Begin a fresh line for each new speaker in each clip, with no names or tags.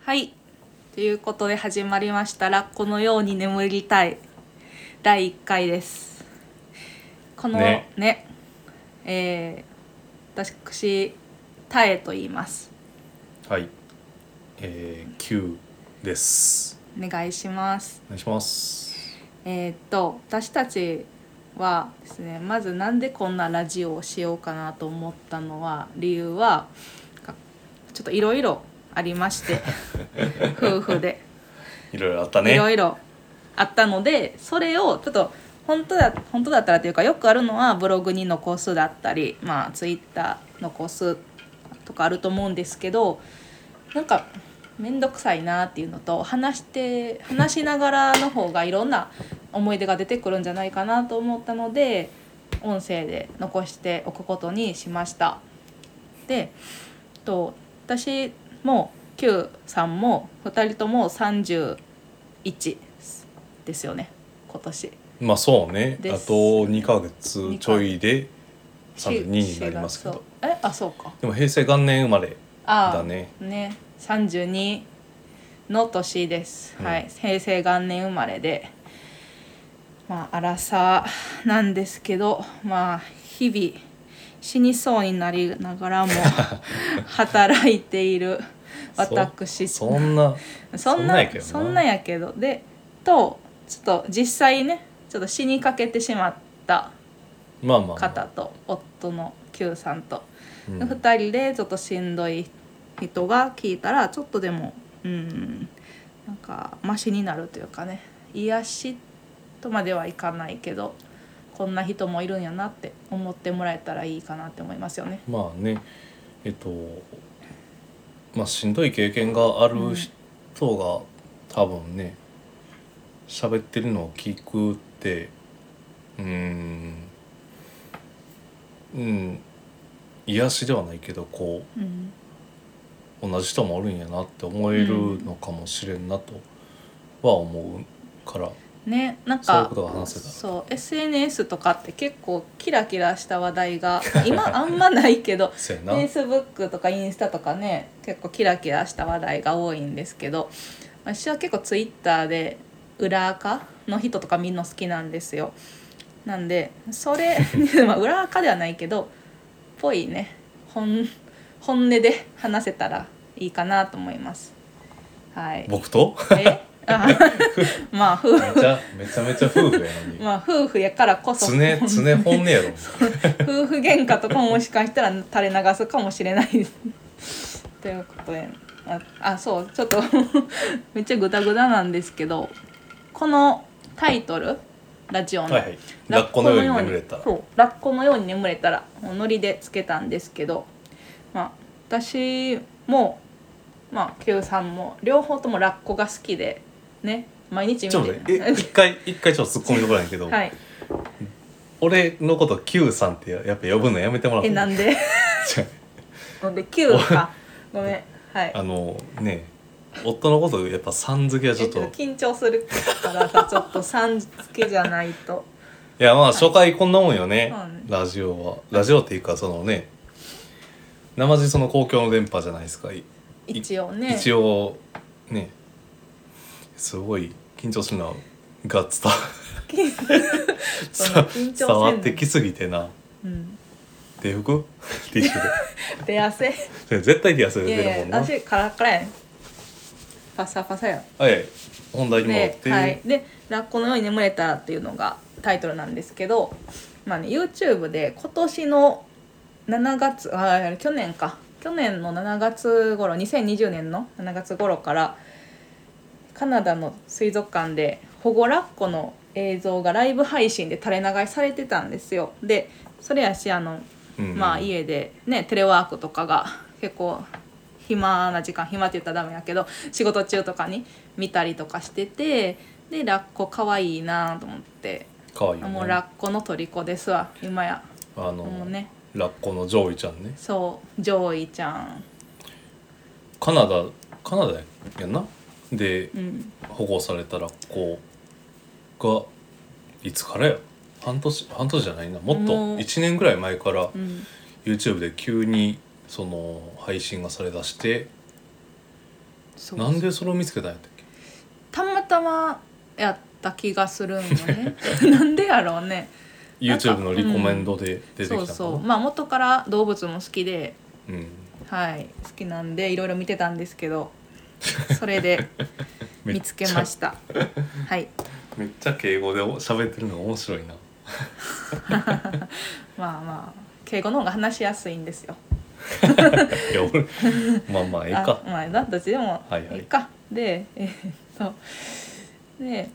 はい。ということで始まりましたら、このように眠りたい第1回です。このね
ね、
えー、私、タエと言います。
はい。えー、Q です。
お願いします。
お願いします。
えーっと、私たちはですね、まずなんでこんなラジオをしようかなと思ったのは、理由は、かちょっといろいろありまして、夫婦で。
いろいろあった
いろ
ね。
いろあったのでそれをちょっと本当だ本当だったらというかよくあるのはブログに残すだったり、まあ、ツイッター残すとかあると思うんですけどなんか面倒くさいなっていうのと話して話しながらの方がいろんな思い出が出てくるんじゃないかなと思ったので音声で残しておくことにしました。でと私も Q さんも2人とも31ですよね今年
まあそうね。あ
で
と
す
2ヶ月ちょいで32になりますけ
し
ど。
そうえあそうか
でも平成元年生まれ
あ
だね。
ね32の年です、
うん
はい平成元年生まれでまあ荒さなんですけどまあ日々死にそうになりながら も働いている私
そんな。
そん
そんなん
な
やけどな
そんなんやけどでとちょっと実際ねちょっと死にかけてしまった
まあまあ、
方と夫の Q さんと、
うん
二2人でちょっとしんどい人が聞いたらちょっとでもうんなんかマシになるというかね癒しとまではいかないけどこんな人もいるんやなって思ってもらえたらいいかなって思いますよね。
まあね。えっと、まあしんどい経験がある人が、多分ね、喋ってるのを聞くって、うーん、うん、癒しではないけど、こ
うん
う、同じ人もおるんやなって思えるのかもしれんなとは思うから、
ねなんか
そういうことが話せたら
そう SNS とかって結構キラキラした話題が今あんまないけど
せやな。
Facebook とかインスタとかね結構キラキラした話題が多いんですけど私は結構 Twitter で裏垢の人とかみんな好きなんですよなんでそれ まあ裏垢ではないけどぽいね本本音で話せたらいいかなと思いますはい
僕と
えあ まあ夫
めちゃめちゃめちゃ夫婦やの に。
まあ夫婦やからこそ
常常本音 やろ。
夫婦喧嘩とかももしかしたら垂れ流すかもしれないですということでああそうちょっと めっちゃグダグダなんですけどこのタイトルラジオの、
はいはい。ラッコのように眠れた。
そうラッコのように眠れたらもうノリでつけたんですけどまあ私もまあ Q さんも両方ともラッコが好きでね毎日見
ちょっと
て
待って、え一回一回ちょっと突っ込みどころなんやけ ど、
はい
俺のこと Q さんってやっぱ呼ぶのやめてもらって
え
いい。
なん で
違う
なんで Q かごめんはい
あのね、夫のことやっぱさん付けはちょっと、
え
い
緊張するからさちょっとさん付けじゃないと
やまあ初回こんなもんよね
そうね。
ラジオはラジオっていうかそのね、生地その公共の電波じゃないですか。い
一応ね
一応ね、すごい緊張するなが伝わ
緊その緊張せん
伝
の
わってきすぎてな。
うん、
手拭く ティッシュで。
手汗
それ絶対手汗
い
出
や
るも
い
ん
や
な。
足カラカラやんパサパサやん
はい、本題に戻っ
で,、
て、
はい、で「ラッコのように眠れたら」っていうのがタイトルなんですけど、まあね、YouTube で今年の7月あ去年か去年の7月頃2020年の7月頃からカナダの水族館で保護ラッコの映像がライブ配信で垂れ流しされてたんですよ。でそれやしあの
うん
まあ家でねテレワークとかが結構暇な時間暇って言ったらダメやけど仕事中とかに見たりとかしててでラッコかわいいなと思って、
可愛いよね
もうラッコの虜ですわ今や
あの、
もうね
ラッコのジョイちゃんね
そう上位ちゃん
カナダカナダやんなで
うん
保護されたラッコがいつからや半年半年じゃないなもっと
もう
1年ぐらい前から
うん
YouTube で急にその配信がされだして
そう
なんでそれを見つけたんやったっけ
たまたまやった気がするんよ ねなんでやろうね
YouTube のリコメンドで出てきた
そう
のかな
そうまあ元から動物も好きで
うん
はい好きなんでいろいろ見てたんですけどそれで
めっ
見
ちゃ
つけましたはい
めっちゃ敬語でお喋ってるのが面白いな
まあまあ敬語の方が話しやすいんですよ
いや俺まあまあええ
あ
か
まあだどっちでも
はいはい
いいか、でえーっとで、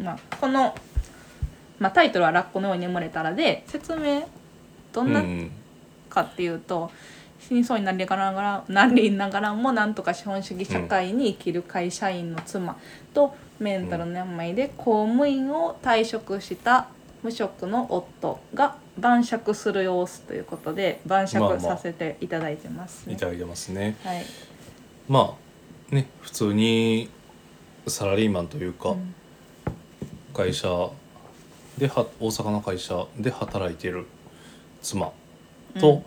まあ、この、まあ、タイトルは「ラッコのように眠れたらで」説明どんな
うん
かっていうと、死にそうになりながらなりながらもなんとか資本主義社会に生きる会社員の妻とメンタルの病で公務員を退職した無職の夫が晩酌する様子ということで晩
まあまあ
酌させていただいてます
い
ね、
ただいてますね
はい
まあね普通にサラリーマンというか、
うん
会社では大阪の会社で働いてる妻と、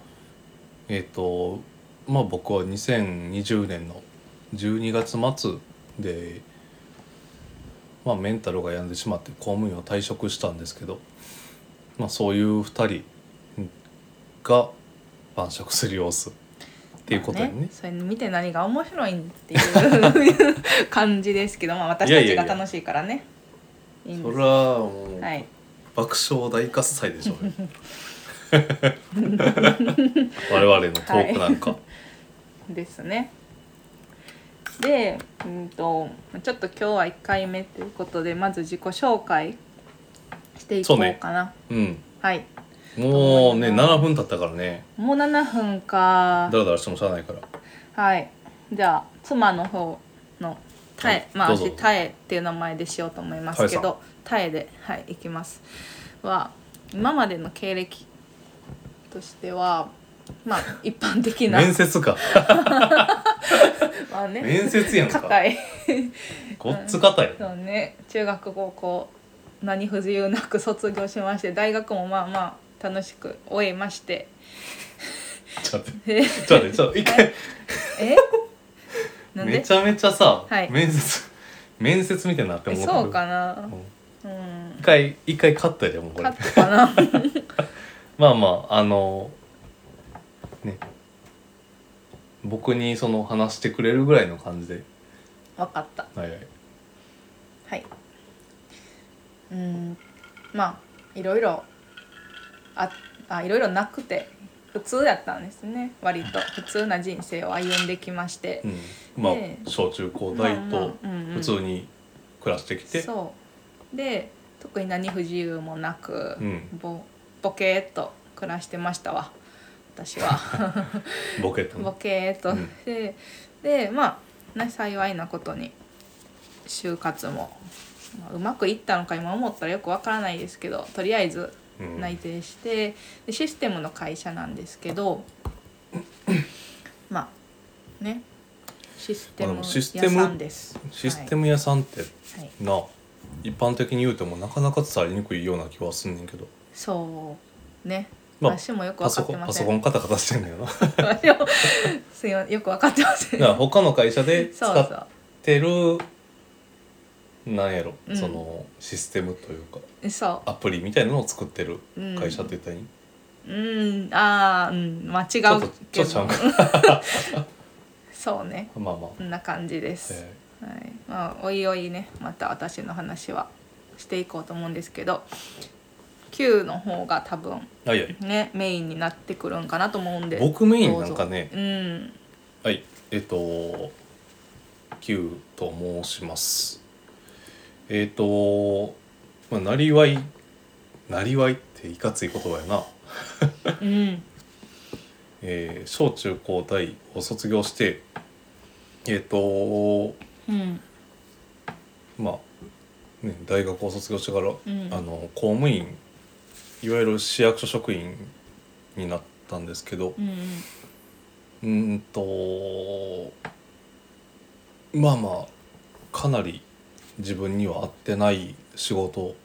うん
えっ、とまあ僕は2020年の12月末で、まあ、メンタルが病んでしまって公務員を退職したんですけど、まあ、そういう2人が晩酌する様子っていうことにね,、
それ見て何が面白いんっていう 感じですけど、まあ、私
いや
た
いや
ち
いや
が楽しいからねいいん
そ
です
れはもう
はい
爆笑大喝采でしょうね我々のトークなんか、
ですねでうんとちょっと今日は1回目ということでまず自己紹介していこ
そうね
うかな
うん
はい
もうね7分経ったからね
もう7分か
だらだらしてもしゃあないから
はいじゃあ妻の方のタエ、
はい
まあ
どうぞ
私タエっていう名前でしようと思いますけどタエではいいきますは今までの経歴としてはまあ一般的な
面接か
まあね
面接やんか
硬い
こっつ硬い
そうね中学高校何不自由なく卒業しまして大学もまあまあ楽しく終えまして
ちょっと待っ て
え
ちょっと待ってちょっと一回
えなん
め
で
ちゃめちゃさ、
はい
面接面接みたいになって
え
も
そうか
う
なんうん
一回一回勝ったよもうこれ
勝ったか な
まあまああのね僕にその話してくれるぐらいの感じで
わかった
はいはい
はい。うーん、まあいろいろああいろいろなくて普通やったんですね。割と普通な人生を歩んできまして
う、ん、まあ
で
小中高大と
まあまあうんうん
普通に暮らしてきて
そうで特に何不自由もなく、
うん
ぼボケーっと暮らしてましたわ。私 は
ボケた
ボ
の
ケーっとして、でまあ、ね、幸いなことに就活も、まあうまくいったのか今思ったらよくわからないですけどとりあえず
うん
内定してでシステムの会社なんですけどまあねシステ
ま
ム
あでも
屋
システム
さんです
システム屋さんって
はいはい、
な一般的に言うてもなかなか伝えにくいような気はすんねんけど、
そうね、
まあ、
私もよく分
パ
か
ソ
っ
コ
て
ン
ま
パ
せ
ソ
ん
コンカタカタしてんだよ なだ
私
か
もすいませ んよく分かってません
ら他の会社で
そう
使
そう
っ、てるなんやろ、
うん
そのシステムというか
そ
アプリみたいなのを作ってる
う、うん、
会社って言ったらいい、
うんああうんまあ違
ちょっ
う
とち
け
ょっとちゃ
ど
うか
そうね
まあまあ、
こんな感じです、
え
はいまあ、おいおいねまた私の話はしていこうと思うんですけど Q の方が多分
ーはいはい
ねメインになってくるんかなと思うんで
僕メインなんかね
うん
はい、えっと、Q と申します。えっと、まあ、なりわい、なりわいっていかつい言葉やな。
うん
えー小中高大を卒業して、えっと、
うん
まあ、ね、大学を卒業してから、
ん
あの公務員、いわゆる市役所職員になったんですけど、
うん
うーんとまあまあかなり自分には合ってない仕事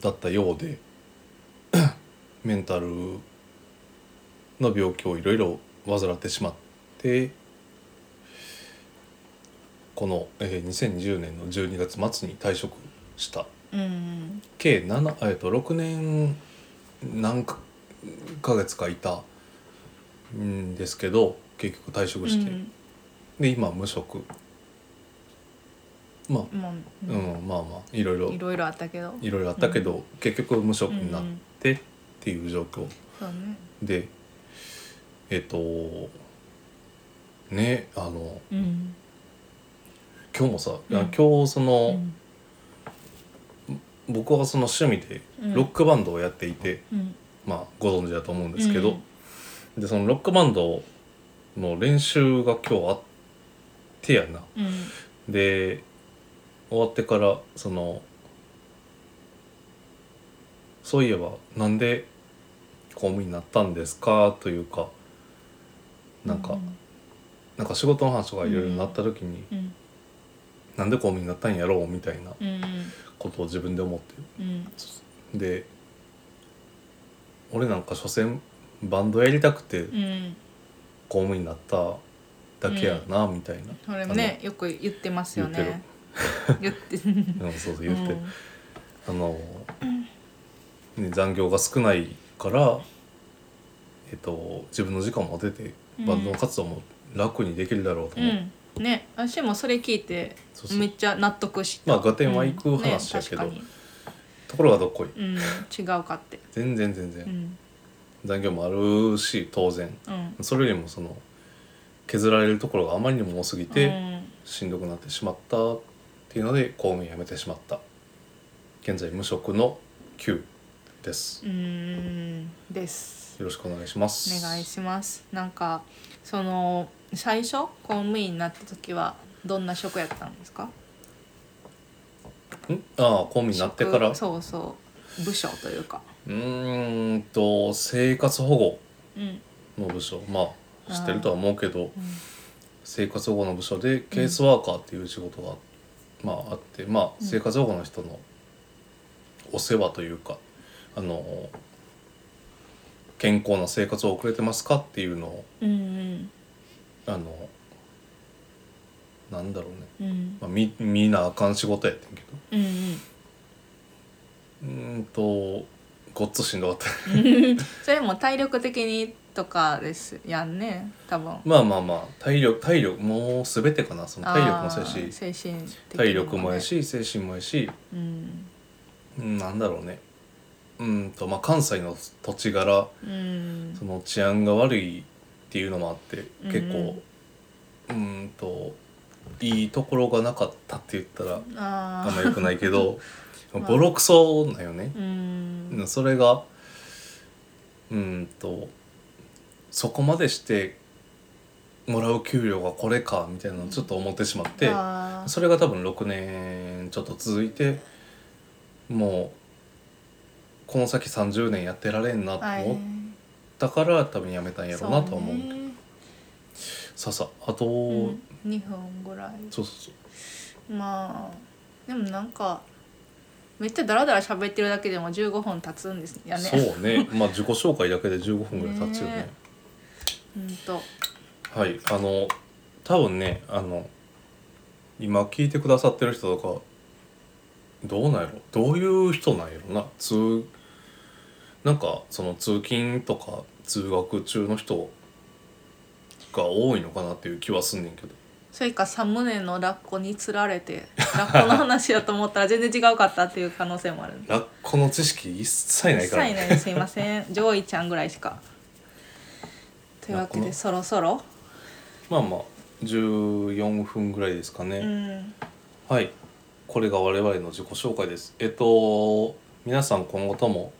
だったようで メンタルの病気をいろいろ患ってしまってこの、えー2020年の12月末に退職した
うん
計7、えー、と6年何かヶ月かいたんですけど結局退職して、
うん
で今無職まあ
もう、
う
うん
ん、まあまあいろいろ
いろいろあったけど
いろいろあったけど、結局無職になってっていう状況
そうね
でえっ、とねあの
うん
今日もさ、いや
うん
今日そうの、
ん
僕はその趣味で
うん
ロックバンドをやっていて、
うん
まあご存知だと思うんですけど、でそのロックバンドの練習が今日あってやな
うん
で終わってからそのそういえばなんで公務員になったんですかというかなんか、なんか仕事の話とかいろいろなった時に、
うん
なんで公務員になったんやろうみたいな
うん
ことを自分で思って
うん
で俺なんか所詮バンドやりたくて
うん
公務員になっただけやな、みたいな
それもねよく言ってますよね言って
あのうんそうそう 言って、あの、ね、残業が少ないから、えっと、自分の時間も出て
うん
バンドの活動も楽にできるだろうと
う
思う、
んうんね私もそれ聞いて
そうそう
めっちゃ納得した
まあ合点は行く話
だ
やけど、ところがどっこい
うん違うかって
全然全然、
うん
残業もあるし当然
うん
それよりもその削られるところがあまりにも多すぎて、
うん
しんどくなってしまったっていうので公務員辞めてしまった現在無職の Q です
うーんです
よろしくお願いします
お願いしますなんかその最初公務員になった時はどんな職やったんですか
んああ公務員になってから
職そうそう部署というか
うーんと生活保護
うん
の部署ま
あ
あ
ー
知ってるとは思うけど
うん
生活保護の部署でケースワーカーっていう仕事が、まああってまあ
うん
生活保護の人のお世話というかあの健康な生活を送れてますかっていうのを
うん
あのなんだろうね、
うんうん
まあ、み見なあかん仕事やってんけど
うん
うーんとごっつしんどかった
うんそれも体力的にとかですやんね多分
まあまあまあ体力体力もう全てかなその体力もそうやし
あー精神的にね
体力もやし精神もやし、
うん
うん、なんだろうねうんとまあ関西の土地柄
うん
その治安が悪いっていうのもあって
うん
結構うーんといいところがなかったって言ったら
あ
あんま
ー
良くないけど
まあ
ボロクソなんよね
う、ん
それがうーんとそこまでしてもらう給料がこれかみたいなのをちょっと思ってしまって。
あー
それが多分6年ちょっと続いてもうこの先30年やってられんなと
はい
思ったから多分やめたんやろうなとは思う
そね
さあさああと、
うん、2分ぐらい
そうそう
まあでもなんかめっちゃダラダラ喋ってるだけでも15分経つんですやね
そうそうねまあ自己紹介だけで15分ぐらい経つよね
ねうんと
はいあの多分ねあの今聞いてくださってる人とかどうなんやろどういう人なんやろな通なんかその通勤とか通学中の人が多いのかなっていう気はすんねんけど
それかサムネのラッコにつられてラッコの話だと思ったら全然違うかったっていう可能性もある
ラッコの知識一切ない
一切
から、
ないですいませ んジョイちゃんぐらいしかというわけ
ラッコ
で
の
そろそろ
まあまあ14分ぐらいですかね、
うん
はい、これが我々の自己紹介です。えっと皆さん今後とも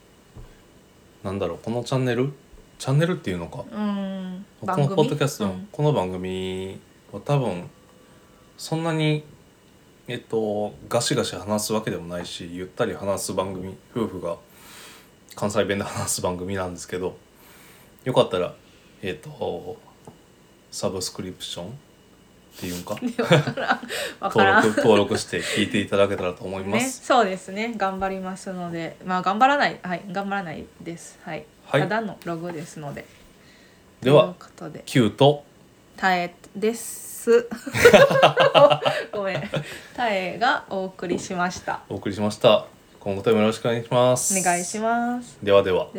なんだろうこのチャンネルチャンネルっていうのか、
うん
このポッドキャスト、
うん
この番組は多分そんなにえっとガシガシ話すわけでもないしゆったり話す番組夫婦が関西弁で話す番組なんですけどよかったらえっとサブスクリプションっていうんか
わか
登
らん
録登録して聞いていただけたらと思いま
ね、
す。
そうですね頑張りますのでまあ頑張らないはい頑張らないですはい、
はい
ただのログですので
では
ということで
Q と
耐えですご生がお送りしました
お送りしました今後ともよろしくお願いします
お願いします
ではでは
では